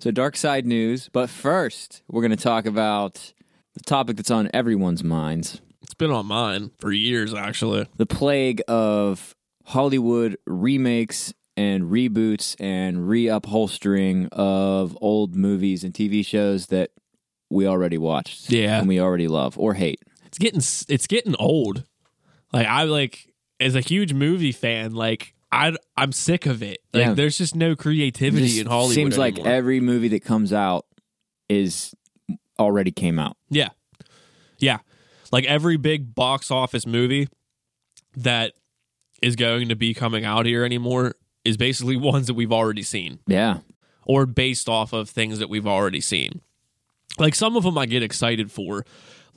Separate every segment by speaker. Speaker 1: So, dark side news. But first, we're going to talk about the topic that's on everyone's minds
Speaker 2: It's been on mine for years, actually.
Speaker 1: the plague of Hollywood remakes and reboots and reupholstering of old movies and TV shows that we already watched.
Speaker 2: Yeah.
Speaker 1: And we already love or hate.
Speaker 2: It's getting s- it's getting old. Like I like as a huge movie fan, like I I'm sick of it. Like
Speaker 1: Yeah.
Speaker 2: there's just no
Speaker 1: It
Speaker 2: creativity
Speaker 1: just
Speaker 2: in Hollywood.
Speaker 1: seems like
Speaker 2: anymore.
Speaker 1: every movie that comes out is already came out.
Speaker 2: Yeah. Yeah. Like every big box office movie that is going to be coming out here anymore is basically ones that we've already seen
Speaker 1: Yeah.
Speaker 2: or based off of things that we've already seen. Like some of them I get excited for.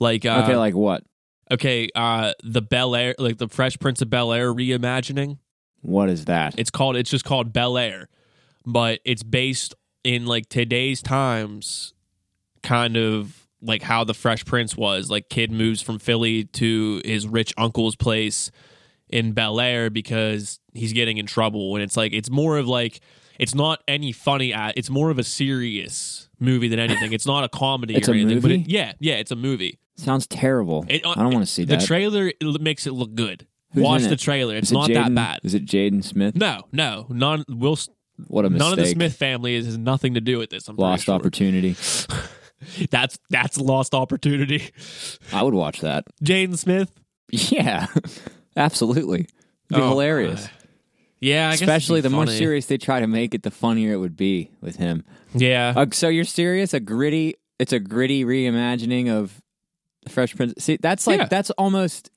Speaker 2: Like uh,
Speaker 1: okay, like what?
Speaker 2: okay, uh the Bel Air like the Fresh Prince of Bel Air reimagining.
Speaker 1: What is that?
Speaker 2: It's called it's just called Bel Air, but it's based in like today's times kind of like how the Fresh Prince was. Like kid moves from Philly to his rich uncle's place in Bel Air because he's getting in trouble and it's like it's more of like it's not any funny at it's more of a serious movie than anything. It's not a comedy
Speaker 1: It's
Speaker 2: or
Speaker 1: a
Speaker 2: anything. But
Speaker 1: movie?
Speaker 2: it, yeah, yeah, it's a movie.
Speaker 1: Sounds terrible.
Speaker 2: It- uh,
Speaker 1: I don't want to see
Speaker 2: The
Speaker 1: that.
Speaker 2: trailer it l- makes it look good.
Speaker 1: Who's
Speaker 2: Watch
Speaker 1: in
Speaker 2: the
Speaker 1: it?
Speaker 2: trailer. It's
Speaker 1: Is it
Speaker 2: not that
Speaker 1: Jaden-
Speaker 2: bad.
Speaker 1: Is it Jaden Smith?
Speaker 2: No, no, none. Will S-
Speaker 1: What a mistake.
Speaker 2: none of the Smith family is, has nothing to do with this. I'm pretty
Speaker 1: Lost
Speaker 2: sure.
Speaker 1: opportunity.
Speaker 2: That's that's a lost opportunity.
Speaker 1: I would watch that.
Speaker 2: Jaden Smith.
Speaker 1: Yeah, absolutely. It'd be
Speaker 2: Oh,
Speaker 1: hilarious.
Speaker 2: God. Yeah, I guess it'd be
Speaker 1: Especially the more
Speaker 2: funny.
Speaker 1: serious they try to make it, the funnier it would be with him.
Speaker 2: Yeah,
Speaker 1: Uh, so you're serious? A gritty? It's a gritty reimagining of the Fresh Prince. See, that's like
Speaker 2: Yeah.
Speaker 1: that's almost.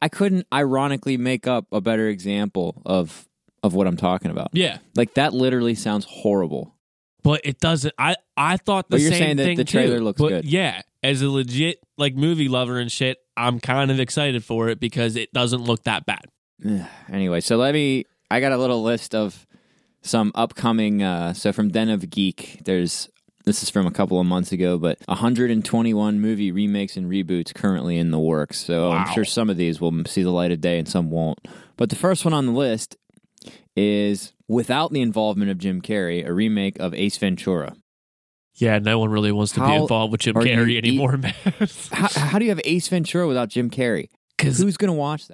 Speaker 1: I couldn't ironically make up a better example of of what I'm talking about.
Speaker 2: yeah,
Speaker 1: Like that literally sounds horrible.
Speaker 2: but it doesn't. I I thought the
Speaker 1: But you're
Speaker 2: same
Speaker 1: saying that
Speaker 2: thing
Speaker 1: the trailer
Speaker 2: too.
Speaker 1: looks
Speaker 2: But
Speaker 1: good.
Speaker 2: Yeah, as a legit like movie lover and shit, I'm kind of excited for it because it doesn't look that bad.
Speaker 1: anyway, so let me. I got a little list of some upcoming. Uh, so from Den of Geek, there's this is from a couple of months ago, but 121 movie remakes and reboots currently in the works. So
Speaker 2: Wow.
Speaker 1: I'm sure some of these will see the light of day and some won't. But the first one on the list is without the involvement of Jim Carrey, a remake of Ace Ventura.
Speaker 2: Yeah, no one really wants to be
Speaker 1: How
Speaker 2: involved with Jim
Speaker 1: are you e-
Speaker 2: Carrey
Speaker 1: eat-
Speaker 2: anymore, man.
Speaker 1: How, how do you have Ace Ventura without Jim Carrey?
Speaker 2: Because
Speaker 1: Who's going to watch that?